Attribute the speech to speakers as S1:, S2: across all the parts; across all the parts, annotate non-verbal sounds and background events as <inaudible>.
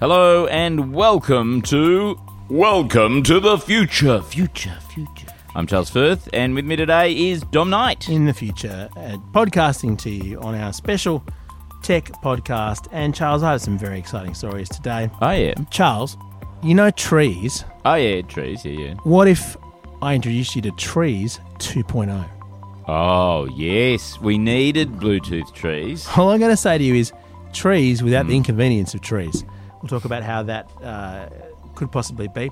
S1: Hello and welcome to Welcome to the Future.
S2: Future, future.
S1: I'm Charles Firth, and with me today is Dom Knight.
S2: In the future, uh, podcasting to you on our special tech podcast. And Charles, I have some very exciting stories today.
S1: Oh yeah,
S2: Charles, you know trees.
S1: oh yeah, trees, yeah,
S2: What if I introduced you to trees 2.0?
S1: yeah. Oh yes, we needed Bluetooth trees.
S2: All I'm going to say to you is trees without the inconvenience of trees. We'll talk about how that uh, could possibly be.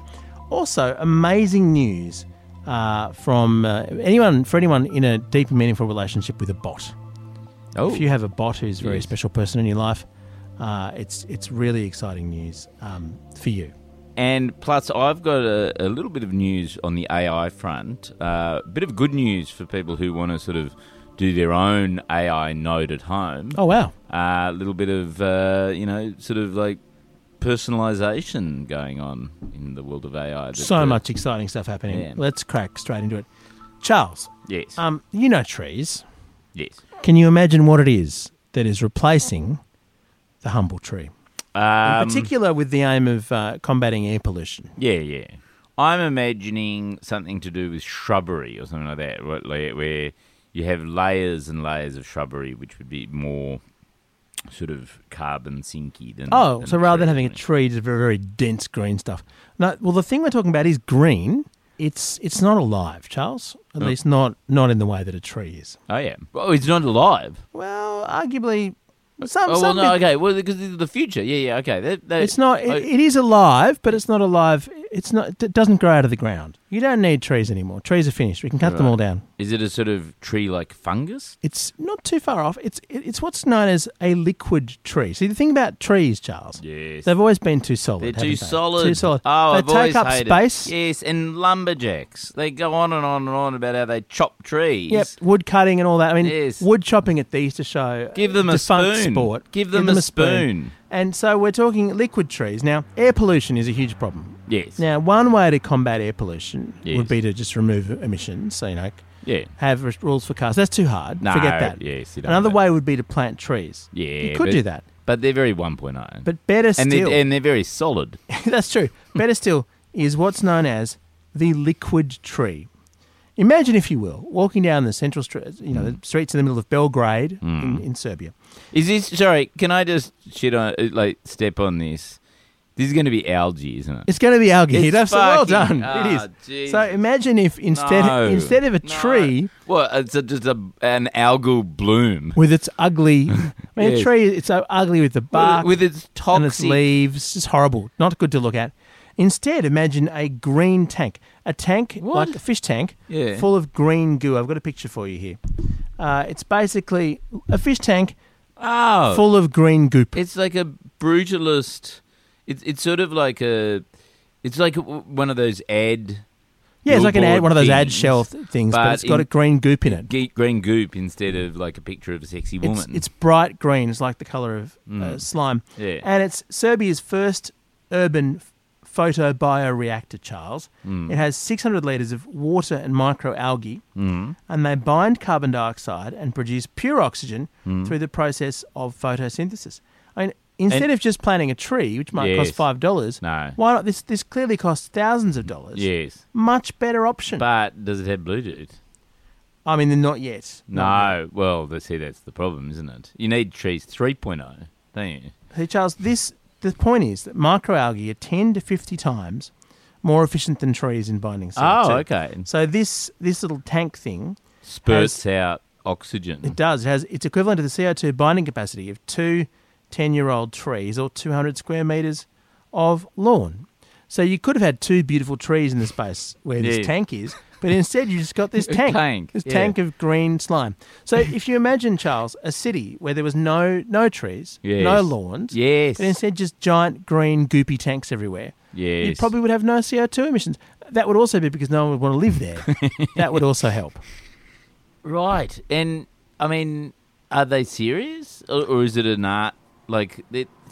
S2: Also, amazing news uh, from uh, anyone for anyone in a deep and meaningful relationship with a bot.
S1: Oh,
S2: If you have a bot who's a very
S1: Yes.
S2: special person in your life, uh, it's it's really exciting news um, for you.
S1: and plus I've got a, a little bit of news on the AI front. A bit of good news for people who want to sort of do their own AI node at home.
S2: Oh wow!
S1: A little bit of uh, you know, sort of like personalization going on in the world of AI. that,
S2: So
S1: uh,
S2: much exciting stuff happening.
S1: Yeah.
S2: Let's crack straight into it. Charles,
S1: Yes.
S2: um, you know trees.
S1: yes.
S2: Can you imagine what it is that is replacing the humble tree?
S1: Um, Mm,
S2: in particular, with the aim of uh, combating air pollution.
S1: Yeah, yeah. I'm imagining something to do with shrubbery or something like that, right, like, where you have layers and layers of shrubbery, which would be more sort of carbon sinky than.
S2: Oh,
S1: than
S2: so rather than having a
S1: tree.
S2: tree, just very, very dense green stuff. No, well, the thing we're talking about is green. It's it's not alive, Charles. At least not not in the way that a tree is.
S1: Oh yeah. Oh, it's not alive.
S2: Well, arguably, some.
S1: oh well,
S2: Um, some
S1: no.
S2: bit-
S1: Okay. Well, because this is the future. Yeah, yeah. Okay. That, that,
S2: It's not. It,
S1: I-
S2: it is alive, but it's not alive. It's not. It doesn't grow out of the ground. You don't need trees anymore. Trees are finished. We can cut them all down.
S1: is it a sort of tree like fungus?
S2: It's not too far off. It's it- it's what's known as a liquid tree. See, the thing about trees, Charles.
S1: Yes.
S2: They've always been too solid.
S1: They're
S2: haven't
S1: too
S2: they?
S1: solid.
S2: Too solid.
S1: Oh,
S2: they
S1: I've always
S2: take up
S1: hated-
S2: space.
S1: Yes, and lumberjacks. They go on and on and on about how they chop trees.
S2: Yep, wood cutting and all that. I mean,
S1: Yes.
S2: wood chopping at these to show
S1: Give them a
S2: defunct
S1: spoon.
S2: sport.
S1: Give them a spoon.
S2: And so we're talking liquid trees now. Air pollution is a huge problem.
S1: Yes.
S2: Now, one way to combat air pollution
S1: Yes.
S2: would be to just remove emissions. So you know,
S1: Yeah.
S2: have r- rules for cars. That's too hard.
S1: No,
S2: Forget that.
S1: yes, you don't
S2: Another
S1: want
S2: way would be to plant trees.
S1: Yeah,
S2: you could
S1: but-
S2: do that,
S1: but they're very 1.0.
S2: but better
S1: and
S2: still,
S1: they're, and they're very solid.
S2: <laughs> That's true. Better still is what's known as the liquid tree. Imagine, if you will, walking down the central street, you know,
S1: Hmm.
S2: the streets in the middle of Belgrade in, in Serbia.
S1: Is this sorry? Can I just shit on uh, like step on this? This is going to be algae, isn't it?
S2: It's going to be algae.
S1: It's
S2: That's well
S1: fucking-
S2: done.
S1: ah,
S2: it is. So
S1: Jesus.
S2: imagine if instead
S1: No.
S2: instead of a
S1: No.
S2: tree
S1: well, it's a, just a, an algal bloom
S2: with its
S1: <laughs>
S2: ugly, I mean,
S1: Yes.
S2: a tree it's so ugly with the bark
S1: with its
S2: and its
S1: toxic.
S2: leaves. It's horrible. Not good to look at. Instead, imagine a green tank, a tank
S1: What?
S2: like a fish tank,
S1: Yeah.
S2: full of green goo. I've got a picture for you here. Uh, it's basically a fish tank
S1: oh,
S2: full of green goop.
S1: it's like a brutalist. It's it's sort of like a. It's like w- one of those ad
S2: yeah, it's like an ad,
S1: billboard
S2: one of those ad
S1: things,
S2: shell th- things, but,
S1: but
S2: it's got
S1: in-
S2: a green goop in it.
S1: ge- green goop instead of like a picture of a sexy
S2: It's,
S1: woman. Mm.
S2: it's bright green. It's like the color of uh, slime.
S1: Yeah.
S2: And it's Serbia's first urban f- photobioreactor, Charles.
S1: Mm.
S2: It has 600 liters of water and microalgae, mm. and they bind carbon dioxide and produce pure oxygen through the process of photosynthesis. I mean, instead
S1: Mm. And-
S2: of just planting a tree, which might
S1: Yes.
S2: cost five dollars,
S1: No.
S2: why not? This this clearly costs thousands of dollars.
S1: yes,
S2: Much better option.
S1: but does it have Bluetooth?
S2: I mean, not yet. Not
S1: No. Well, they see that's the problem, isn't it? You need trees 3.0, don't you?
S2: So, Charles, this the point is that microalgae are 10 to 50 times more efficient than trees in binding CO2.
S1: Oh, okay.
S2: So this this little tank thing,
S1: Spurts out oxygen.
S2: it does it has it's equivalent to the CO2 binding capacity of two 10-year-old trees or 200 square meters of lawn. So you could have had two beautiful trees in the space where this
S1: Yeah.
S2: tank is, But instead, you just got this
S1: <laughs> A
S2: tank,
S1: tank,
S2: this
S1: yeah.
S2: tank of green slime. So if you imagine, Charles, a city where there was no no trees,
S1: <laughs>
S2: no
S1: Yes.
S2: lawns,
S1: Yes.
S2: but instead just giant green goopy tanks everywhere, you
S1: Yes.
S2: probably would have no CO two emissions. That would also be because no one would want to
S1: <laughs>
S2: live there. that would also help.
S1: Right. And I mean, are they serious, or, or is it an art? Like,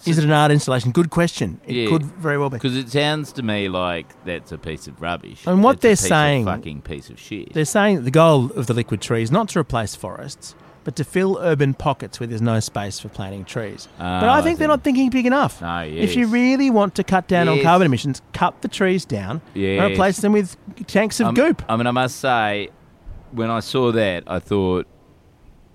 S2: Is it an art installation? Good question. It
S1: Yeah.
S2: could very well be.
S1: because it sounds to me like that's a piece of rubbish.
S2: And
S1: That's
S2: what
S1: a
S2: they're
S1: piece of
S2: saying-
S1: fucking piece of shit.
S2: They're saying that the goal of the liquid tree is not to replace forests, but to fill urban pockets where there's no space for planting trees. but
S1: Ah,
S2: I
S1: I
S2: think they're
S1: see.
S2: not thinking big enough.
S1: No,
S2: If you
S1: yes.
S2: really want to cut down on
S1: Yes.
S2: carbon emissions, cut the trees down and
S1: Yes.
S2: replace them with tanks of
S1: Um,
S2: goop.
S1: I mean, I must say, when I saw that, I thought,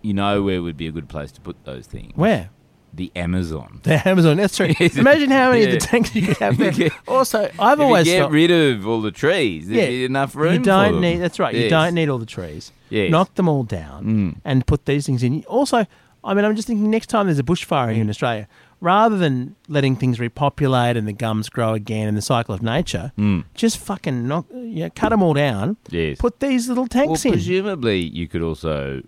S1: you know, where would be a good place to put those things?
S2: Where?
S1: The Amazon.
S2: The Amazon. That's
S1: <laughs>
S2: true.
S1: Yes.
S2: Imagine how many of
S1: Yeah.
S2: the tanks you could have there.
S1: <laughs> Yeah.
S2: Also, I've
S1: If
S2: always
S1: you get
S2: thought
S1: rid of all the trees, there'd be enough room.
S2: you
S1: for
S2: don't
S1: them.
S2: need. That's right. You
S1: Yes.
S2: don't need all the trees.
S1: Yes. Mm.
S2: Knock them all down and put these things in. Also, I mean, I'm just thinking next time there's a bushfire here in Australia, rather than letting things repopulate and the gums grow again and the cycle of nature, just fucking knock, you know, cut them all down.
S1: Mm. Yes.
S2: Put these little
S1: Well,
S2: tanks in.
S1: presumably, you could also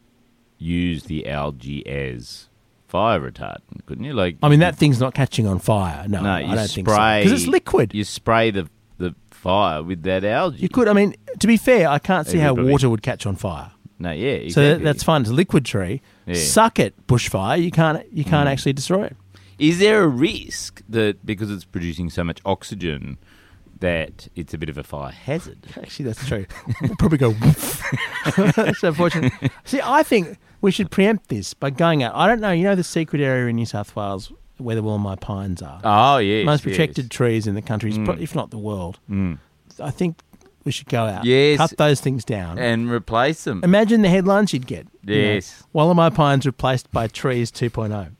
S1: use the algae as fire retardant, couldn't you? Like,
S2: I mean, that thing's not catching on fire. No,
S1: no,
S2: I
S1: you
S2: don't think so.
S1: spray
S2: Because it's liquid.
S1: You spray the the fire with that algae.
S2: you could. I mean, to be fair, I can't
S1: It
S2: see
S1: would
S2: how
S1: probably-
S2: water would catch on fire.
S1: No, yeah, exactly.
S2: So that, that's fine. It's a liquid tree.
S1: Yeah. Mm.
S2: Suck it, bushfire. You can't. You can't actually destroy it.
S1: Is there a risk that because it's producing so much oxygen that it's a bit of a fire hazard?
S2: Actually,
S1: <laughs>
S2: that's true. We'll probably go. woof. <laughs> that's unfortunate. See, I think we should preempt this by going out. I don't know. You know the secret area in New South Wales where the Wilmar pines are.
S1: Oh yes,
S2: Most
S1: yes. Mm.
S2: protected trees in the country, is pro- if not the world. I think we should go out.
S1: Yes.
S2: Cut those things down.
S1: and replace them.
S2: Imagine the headlines you'd get. you know,
S1: Yes.
S2: Wallamai pines replaced by trees 2.0. And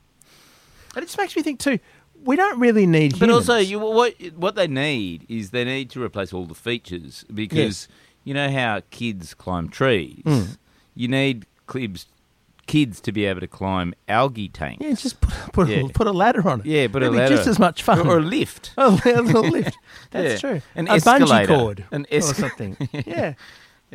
S2: it just makes me think too. We don't really need
S1: But
S2: humans.
S1: also, you, what what they need is they need to replace all the features because
S2: Yes. Hmm.
S1: you know how kids climb trees. You need clibs, kids to be able to climb algae tanks.
S2: yeah, just put, put,
S1: Yeah.
S2: a, put a ladder on it.
S1: Yeah, but a
S2: It'd be
S1: ladder
S2: just as much fun. Oh.
S1: or a lift.
S2: <laughs> A little lift.
S1: <laughs>
S2: That's
S1: Yeah.
S2: true.
S1: An
S2: a bungee
S1: escalator.
S2: cord.
S1: An
S2: or
S1: escal- <laughs>
S2: something. yeah.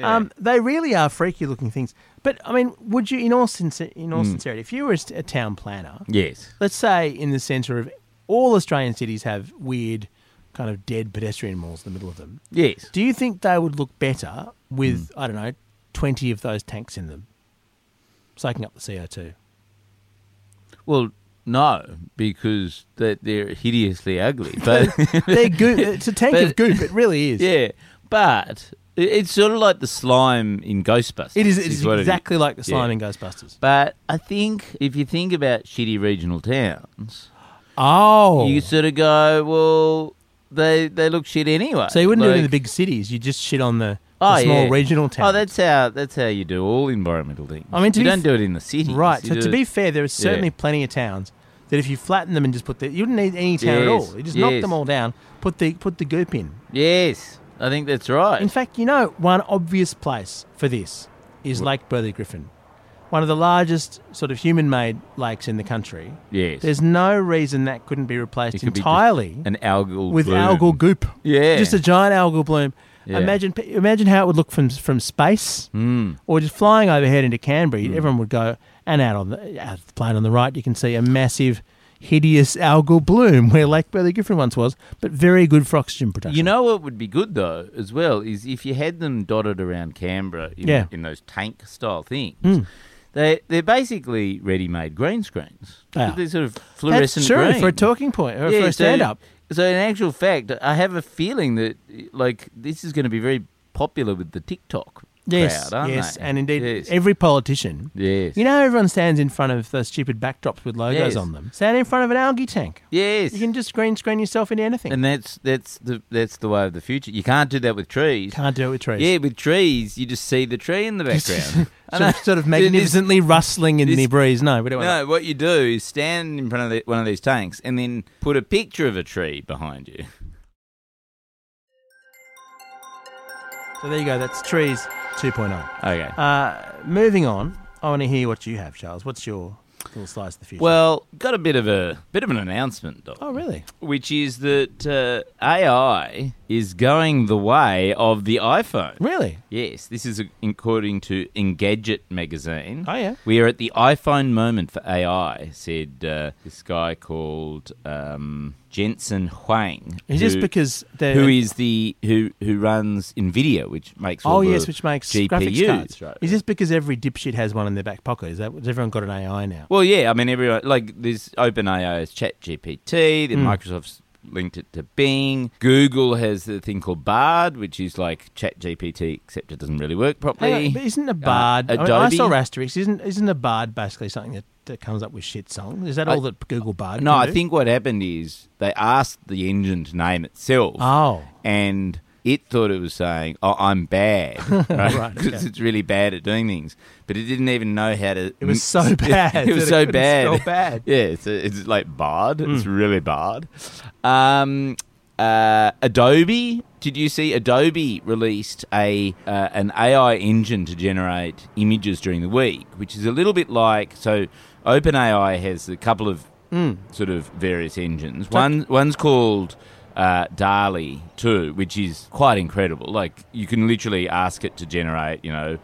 S2: Um, they really are freaky looking things. But I mean, would you, in all, sincer- in
S1: Hmm.
S2: all sincerity, if you were a, s- a town planner,
S1: Yes.
S2: let's say in the centre of all Australian cities have weird, kind of dead pedestrian malls in the middle of them,
S1: Yes.
S2: do you think they would look better with,
S1: Hmm.
S2: I don't know, 20 of those tanks in them, soaking up
S1: <laughs>
S2: the CO2?
S1: Well, no, because that they're hideously ugly.
S2: <laughs>
S1: But
S2: They're goop. It's a tank of
S1: But-
S2: goop. It really is.
S1: yeah, but it- it's sort of like the slime in Ghostbusters.
S2: It is, it is
S1: what
S2: exactly like the slime
S1: Yeah.
S2: in Ghostbusters.
S1: But I think if you think about shitty regional towns,
S2: Oh.
S1: you sort of go, well, they they look shit anyway.
S2: So you wouldn't do it in the
S1: Like-
S2: big cities. You just shit on the, the
S1: Oh,
S2: small
S1: yeah.
S2: regional towns.
S1: Oh, that's how that's how you do all environmental things.
S2: I mean, to
S1: you
S2: be
S1: don't
S2: f-
S1: do it in the city,
S2: right. So to be fair, there are certainly
S1: Yeah.
S2: plenty of towns that if you flatten them and just put the, you wouldn't need any town at all.
S1: Yes,
S2: You just knock
S1: yes.
S2: them all down. Put the put the goop in.
S1: yes, I think that's right.
S2: In fact, you know one obvious place for this is Lake Burley Griffin, one of the largest sort of human-made lakes in the country.
S1: yes,
S2: There's no reason that couldn't be replaced
S1: It could be just
S2: entirely
S1: an algal
S2: with
S1: bloom.
S2: algal goop.
S1: Yeah.
S2: just a giant algal bloom.
S1: Yeah. Hmm.
S2: Imagine, imagine how it would look from from space, mm. or just flying overhead into Canberra. Everyone would go and out on the, out of the plane on the right. You can see a massive, hideous algal bloom <laughs> where Lake Burley Griffin once was, but very good for oxygen production.
S1: You know what would be good though, as well, is if you had them dotted around Canberra in,
S2: Yeah. Hmm.
S1: in those tank style things. They they're basically ready made green screens.
S2: They are.
S1: They're sort of
S2: that's
S1: fluorescent
S2: true
S1: green.
S2: for a talking point or
S1: Yeah,
S2: for
S1: so-
S2: a stand up.
S1: So, in actual fact, I have a feeling that like this is going to be very popular with the TikTok
S2: Yes,
S1: crowd, aren't
S2: yes,
S1: they?
S2: and indeed
S1: yes.
S2: every politician.
S1: yes.
S2: You know, everyone stands in front of those stupid backdrops with logos
S1: Yes.
S2: on them. Stand in front of an algae tank.
S1: yes.
S2: You can just green screen yourself into anything.
S1: and that's that's the that's the way of the future. You can't do that with trees.
S2: Can't do it with trees.
S1: Yeah, with trees, you just see the tree in the
S2: <laughs>
S1: background. I
S2: sort, of,
S1: know.
S2: sort
S1: <laughs> It
S2: of
S1: is-
S2: magnificently rustling in
S1: this-
S2: the breeze. No, we don't want
S1: No, what you do is stand in front of the, one of these tanks and then put a picture of a tree behind you.
S2: that. So there you go. That's trees oh. 2.0.
S1: Okay.
S2: Uh, moving on, I want to hear what you have, Charles. What's your little slice of the future.
S1: Well, got a bit of a bit of an announcement, Doc.
S2: oh really?
S1: Which is that uh, AI is going the way of the iPhone.
S2: Really?
S1: Yes, this is according to Engadget magazine.
S2: Oh, yeah.
S1: We are at the iPhone moment for AI, said uh, this guy called um, Jensen Huang.
S2: Is this because they're
S1: who is the who who runs Nvidia, which makes all
S2: Oh
S1: the
S2: yes, which makes
S1: GPUs.
S2: graphics cards.
S1: Right.
S2: Is this because every dipshit has one in their back pocket? Is that has everyone got an AI now?
S1: Well, yeah, I mean, everyone like there's OpenAI's ChatGPT, then
S2: Mm.
S1: Microsoft's linked it to Bing. Google has the thing called Bard, which is like ChatGPT, except it doesn't really work properly.
S2: Hang on, but isn't a bard? I, mean, I
S1: uh, Adobe?
S2: saw Asterix. Isn't isn't a bard basically something that, that comes up with shit songs? Is that
S1: I-
S2: all that Google Bard?
S1: no,
S2: can
S1: I
S2: do?
S1: think what happened is they asked the engine to name itself,
S2: Oh,
S1: and it thought it was saying, "Oh, I'm
S2: <laughs>
S1: bad," because
S2: Right, okay.
S1: it's really bad at doing things. But it didn't even know how to.
S2: it was so
S1: <laughs>
S2: bad.
S1: it was
S2: that
S1: so
S2: couldn't
S1: bad.
S2: spell bad.
S1: Yeah, it's, it's like barred. It's really barred. Um, uh, Adobe. Did you see Adobe released a uh, an AI engine to generate images during the week, which is a little bit like so. OpenAI has a couple of sort of various engines. One one's called uh, Dali two, which is quite incredible. Like you can literally ask it to generate, you know,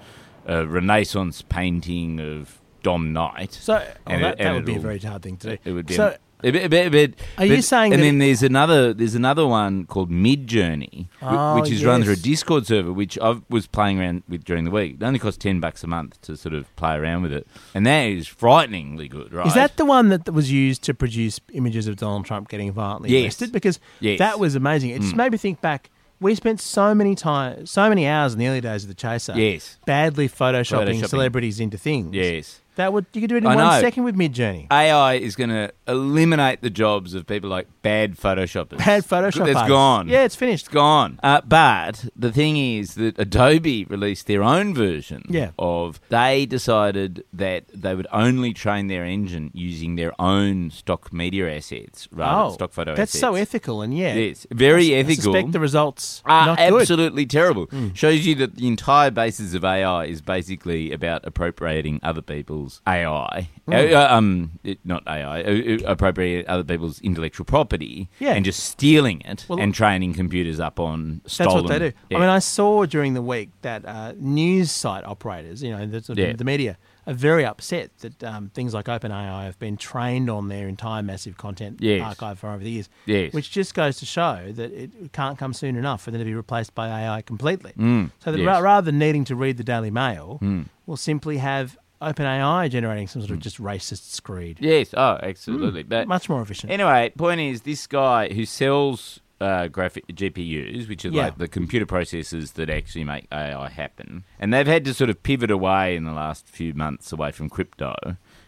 S1: a Renaissance painting of Dom Knight.
S2: So oh,
S1: And
S2: that,
S1: it-
S2: that
S1: and
S2: would be a
S1: it'll-
S2: very hard thing to do.
S1: It would be.
S2: So
S1: a bit, a bit, a bit,
S2: Are you saying
S1: And
S2: that
S1: then there's another there's another one called Mid Journey,
S2: Oh,
S1: which is run
S2: yes.
S1: through a Discord server, which I was playing around with during the week. It only costs ten bucks a month to sort of play around with it, and that is frighteningly good, right?
S2: Is that the one that was used to produce images of Donald Trump getting violently
S1: Yes.
S2: arrested? Because
S1: Yes. Mm.
S2: that was amazing. It just made me think back. We spent so many time, so many hours in the early days of the Chaser,
S1: Yes.
S2: badly photoshopping,
S1: Photoshopping.
S2: celebrities into things.
S1: yes?
S2: that would you could do it in
S1: I
S2: one second
S1: know. Uh,
S2: with Mid Journey.
S1: AI is going to eliminate the jobs of people like bad photoshoppers.
S2: Bad Photoshop.
S1: It's
S2: artists.
S1: gone.
S2: Yeah, it's finished.
S1: It's gone. Uh, but the thing is that Adobe released their own version
S2: Yeah.
S1: of. They decided that they would only train their engine using their own stock media assets rather than stock photo
S2: Oh, that's
S1: assets.
S2: so ethical, and yeah,
S1: Yes, very
S2: I
S1: ethical.
S2: suspect the results
S1: Ah,
S2: not good. Hmm.
S1: absolutely terrible. Shows you that the entire basis of AI is basically about appropriating other people's AI,
S2: Hmm.
S1: Uh, uh, um, it- not AI, uh, uh, appropriating other people's intellectual property,
S2: Yeah.
S1: and just stealing it
S2: Well,
S1: and training computers up on
S2: That's
S1: stolen.
S2: what they do.
S1: Yeah.
S2: I mean, I saw during the week that uh, news site operators, you know, the, the,
S1: Yeah.
S2: the media, are very upset that um, things like OpenAI have been trained on their entire massive content
S1: Yes.
S2: archive for over the years.
S1: Yes.
S2: Which just goes to show that it can't come soon enough for them to be replaced by AI completely. so that
S1: Mm. yes. Mm.
S2: ra- rather than needing to read the Daily Mail, we'll simply have OpenAI generating some sort of just racist screed.
S1: yes, oh, absolutely. Mm. But
S2: Much more efficient.
S1: <laughs> Anyway, point is this guy who sells uh, graphic GPUs, which are
S2: Yeah.
S1: like the computer processors that actually make AI happen, and they've had to sort of pivot away in the last few months away from crypto,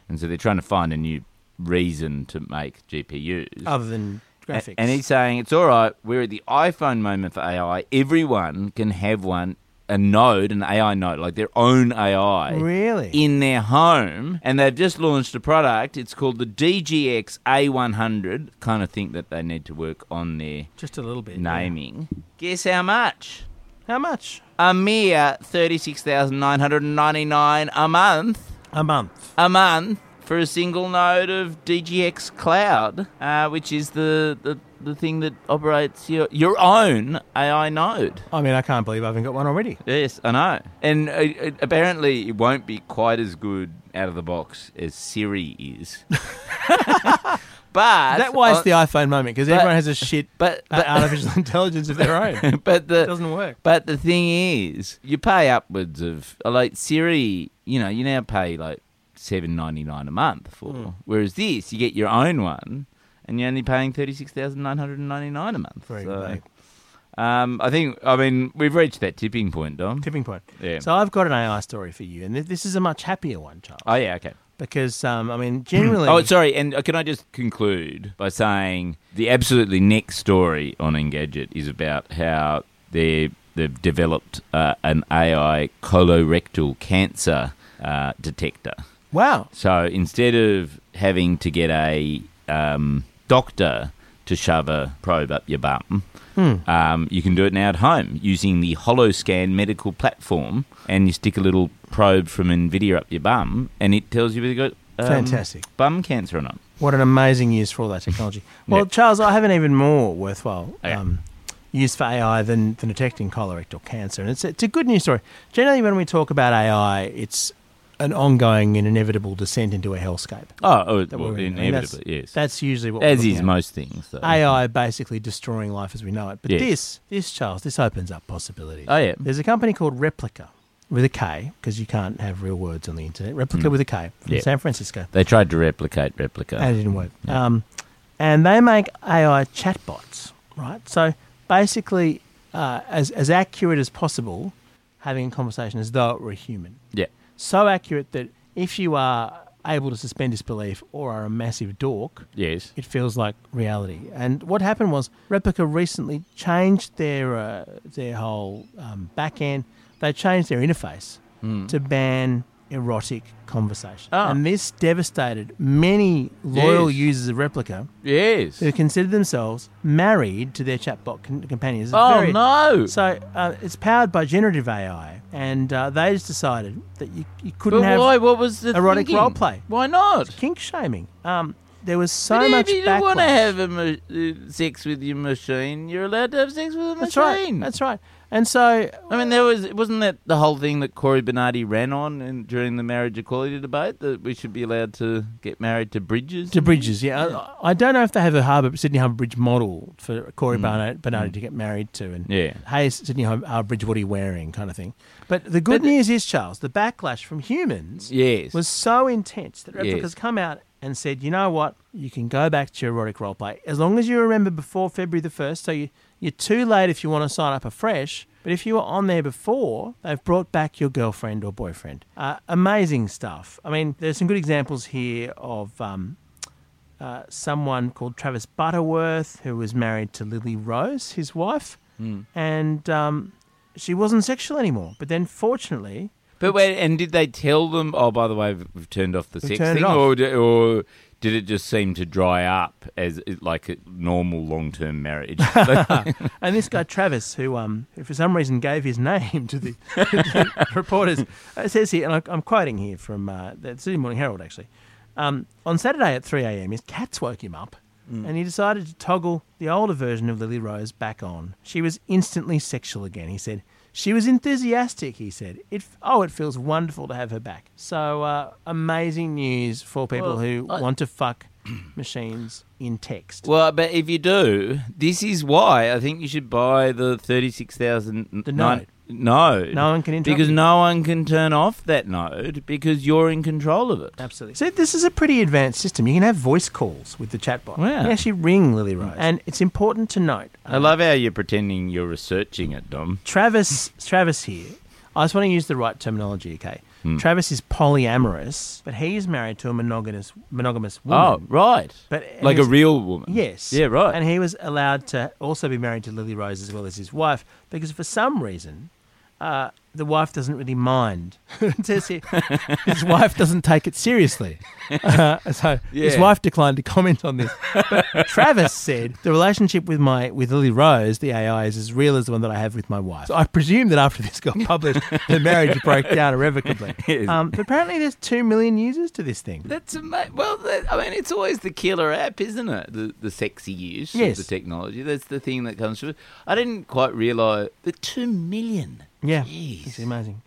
S1: and so they're trying to find a new reason to make GPUs.
S2: other
S1: A-
S2: than Oh, graphics.
S1: And he's saying it's all right. We're at the iPhone moment for AI. Everyone can have one, a node, an AI node, like their own AI
S2: really
S1: in their home, and they've just launched a product. It's called the DGX A100. Kind of think that they need to work on their
S2: just a little bit. yeah.
S1: naming. Guess how much?
S2: How much?
S1: A mere thirty-six thousand nine hundred and ninety-nine a month.
S2: A month.
S1: A month. For a single node of DGX Cloud, uh, which is the, the, the thing that operates your, your own AI node.
S2: I mean, I can't believe I haven't got one already.
S1: Yes, I know. And uh, uh, apparently, it won't be quite as good out of the box as Siri is. <laughs> but
S2: That's that why it's
S1: uh,
S2: the iPhone moment because everyone has a shit
S1: but
S2: <laughs> uh,
S1: but,
S2: artificial intelligence of their own.
S1: <laughs>
S2: It
S1: but the
S2: doesn't work.
S1: but the thing is, you pay upwards of uh, like Siri. You know, you now pay like seven ninety nine a month for. Whereas this, you get your own one, and you're only paying thirty six thousand nine hundred and ninety nine a month.
S2: Very
S1: So,
S2: good, mate.
S1: um, I think I mean we've reached that tipping point, Dom.
S2: Tipping point.
S1: Yeah.
S2: So I've got an AI story for you, and th- this is a much happier one, Charles,
S1: oh yeah, okay.
S2: because um, I mean,
S1: <clears throat>
S2: generally,
S1: Oh, sorry. And uh, can I just conclude by saying the absolutely next story on Engadget is about how they they've developed uh, an AI colorectal cancer uh, detector.
S2: wow,
S1: So instead of having to get a um, doctor to shove a probe up your bum,
S2: Hmm.
S1: um, you can do it now at home using the HoloScan medical platform. And you stick a little probe from NVIDIA up your bum, and it tells you whether you've got um,
S2: Fantastic.
S1: Bum cancer or not?
S2: What an amazing use for all that technology. Well,
S1: Yeah.
S2: Charles, I have an even more worthwhile
S1: Okay.
S2: um, use for AI than, than detecting colorectal cancer. And it's, it's a good news story. Generally, when we talk about AI, it's an ongoing and inevitable descent into a hellscape.
S1: Oh, oh
S2: that
S1: well,
S2: we're in. I mean, that's-
S1: inevitably, yes.
S2: That's usually what we're
S1: As
S2: looking
S1: is
S2: at.
S1: most things. Though.
S2: AI basically destroying life as we know it. But
S1: Yes.
S2: this, this, Charles, this opens up possibilities.
S1: Oh, yeah.
S2: There's a company called Replica with a K, because you can't have real words on the internet. Replica with a K from
S1: Hmm. Yeah.
S2: San Francisco.
S1: They tried to replicate replica.
S2: And it didn't work. Um, and they make AI chatbots, right? So basically, uh, as, as accurate as possible, having a conversation as though it were a human.
S1: yeah.
S2: So accurate that if you are able to suspend disbelief or are a massive dork,
S1: Yes.
S2: it feels like reality. And what happened was Replica recently changed their uh, their whole um, back end. They changed their interface to ban erotic conversation.
S1: Hmm. Ah.
S2: And this devastated many loyal
S1: Yes.
S2: users of Replica
S1: Yes.
S2: who considered themselves married to their chatbot con- companions. It's
S1: Oh
S2: very-
S1: no.
S2: So uh, it's powered by generative AI, and uh, they just decided that you, you couldn't
S1: But
S2: have
S1: why? What was the
S2: erotic
S1: thinking?
S2: role play.
S1: Why not?
S2: kink shaming. Um, there was so
S1: But
S2: much
S1: if you don't want to
S2: backlash.
S1: have a ma- uh, sex with your machine, you're allowed to have sex with a
S2: That's
S1: machine.
S2: right. That's right. And so, uh,
S1: I mean, there was wasn't that the whole thing that Corey Bernardi ran on in, during the marriage equality debate that we should be allowed to get married to bridges.
S2: to bridges, yeah, I, I don't know if they have a harbour Sydney Harbour Bridge model for Corey Barnett, Bernardi to get married to, and
S1: Yeah.
S2: hey, Sydney Har- Harbour Bridge, what are you wearing, kind of thing. But the good news is, Charles, the backlash from humans
S1: Yes.
S2: was so intense that
S1: Yes.
S2: Replica's come out and said, you know what, you can go back to your erotic roleplay as long as you remember before February the 1st. So you, you're too late if you want to sign up afresh. But if you were on there before, they've brought back your girlfriend or boyfriend. Uh, amazing stuff. I mean, there's some good examples here of um, uh, someone called Travis Butterworth who was married to Lily Rose, his wife.
S1: Hmm.
S2: And um, she wasn't sexual anymore. But then, fortunately,
S1: But wait, and did they tell them? Oh, by the way, we've we've turned off the
S2: We've
S1: sex
S2: turned it
S1: thing,
S2: off.
S1: or did, or did it just seem to dry up as it- like a normal long-term
S2: <laughs>
S1: marriage?
S2: And this guy Travis, who um, who for some reason gave his name to the, <laughs> to the reporters, uh, says here, and I, I'm quoting here from uh, the Sydney Morning Herald actually. Um, on Saturday at 3 a.m., his cats woke him up,
S1: Mm.
S2: and he decided to toggle the older version of Lily Rose back on. She was instantly sexual again. He said she was enthusiastic. He said, "It f- oh, it feels wonderful to have her back." So uh, amazing news for people
S1: Well,
S2: who
S1: I-
S2: want to fuck machines in text.
S1: well, but if you do, this is why I think you should buy the thirty-six thousand
S2: The
S1: nine- node.
S2: No one can interrupt
S1: because
S2: you.
S1: no one can turn off that node because you're in control of it.
S2: Absolutely. So this is a pretty advanced system. You can have voice calls with the chatbot.
S1: Wow.
S2: You can actually ring Lily Rose. And it's important to note, uh,
S1: I love how you're pretending you're researching it, Dom.
S2: Travis, Travis here. I just want to use the right terminology, okay? Travis is polyamorous, but he is married to a monogamous monogamous woman.
S1: Oh, right.
S2: But-
S1: like
S2: and
S1: a
S2: it's-
S1: real woman.
S2: Yes.
S1: Yeah, right.
S2: And he was allowed to also be married to Lily Rose as well as his wife because for some reason, uh, the wife doesn't really mind. <laughs> It says here, his wife doesn't take it seriously.
S1: <laughs>
S2: Uh, so his
S1: Yeah.
S2: wife declined to comment on this. But Travis said the relationship with my with Lily Rose, the AI, is as real as the one that I have with my wife. So I presume that after this got published, the marriage broke
S1: <laughs>
S2: down irrevocably.
S1: Yes.
S2: Um, but apparently, there's two million users to this thing.
S1: That's amazing. Well, that, I mean, it's always the killer app, isn't it? The the sexy use
S2: Yes.
S1: of the technology. That's the thing that comes from it. I didn't quite realise the two million.
S2: Yeah, it's
S1: Jeez.
S2: amazing.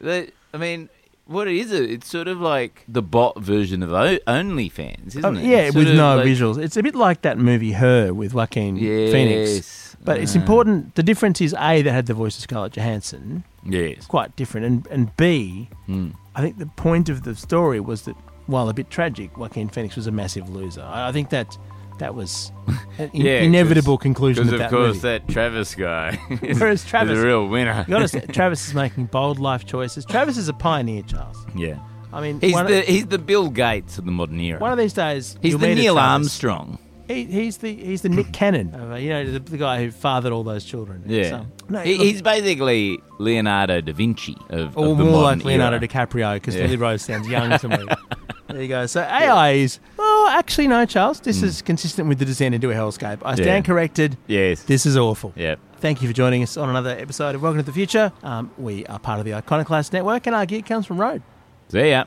S1: That- I mean, what is it? It's sort of like the bot version of o- OnlyFans, isn't
S2: Oh,
S1: it?
S2: Yeah,
S1: It's sort
S2: with
S1: of
S2: no
S1: like-
S2: visuals. It's a bit like that movie Her with Joaquin
S1: Yes.
S2: Phoenix. But it's
S1: Ah.
S2: important. The difference is A, they had the voice of Scarlett Johansson.
S1: Yes.
S2: It's quite different. And, and B, I
S1: Hmm.
S2: think the point of the story was that while a bit tragic, Joaquin Phoenix was a massive loser. I, I think that
S1: <laughs>
S2: that was an in-
S1: Yeah, 'cause-
S2: inevitable conclusion
S1: Because of
S2: of, that
S1: course
S2: movie.
S1: that Travis guy <laughs> is,
S2: Whereas
S1: is
S2: Travis-
S1: a real winner. <laughs>
S2: you understand, <laughs> Travis is making bold life choices. Travis is a pioneer, Charles.
S1: yeah,
S2: I mean,
S1: he's
S2: one,
S1: the
S2: of,
S1: he's the Bill Gates of the modern era.
S2: one of these days
S1: he's
S2: you'll
S1: the
S2: meet a
S1: Neil
S2: Travis.
S1: Armstrong.
S2: He, he's the he's the <clears throat> Nick Cannon, of, uh, you know, the, the guy who fathered all those children.
S1: Yeah,
S2: So- no,
S1: he,
S2: look,
S1: he's basically Leonardo da Vinci of,
S2: or
S1: of the
S2: more
S1: modern
S2: like Leonardo
S1: era.
S2: DiCaprio because
S1: Yeah.
S2: Lily Rose sounds young
S1: <laughs>
S2: to me. there you go. So AI is oh, actually no, Charles. This is consistent with the descent into a hellscape. I stand
S1: Mm. Yeah.
S2: corrected.
S1: Yes.
S2: This is awful.
S1: yeah.
S2: Thank you for joining us on another episode of Welcome to the Future. Um, we are part of the Iconoclast Network, and our gear comes from Road.
S1: See ya.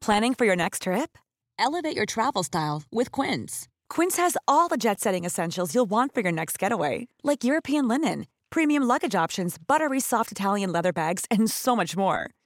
S3: Planning for your next trip?
S4: Elevate your travel style with Quince.
S3: Quince has all the jet setting essentials you'll want for your next getaway, like European linen, premium luggage options, buttery soft Italian leather bags, and so much more.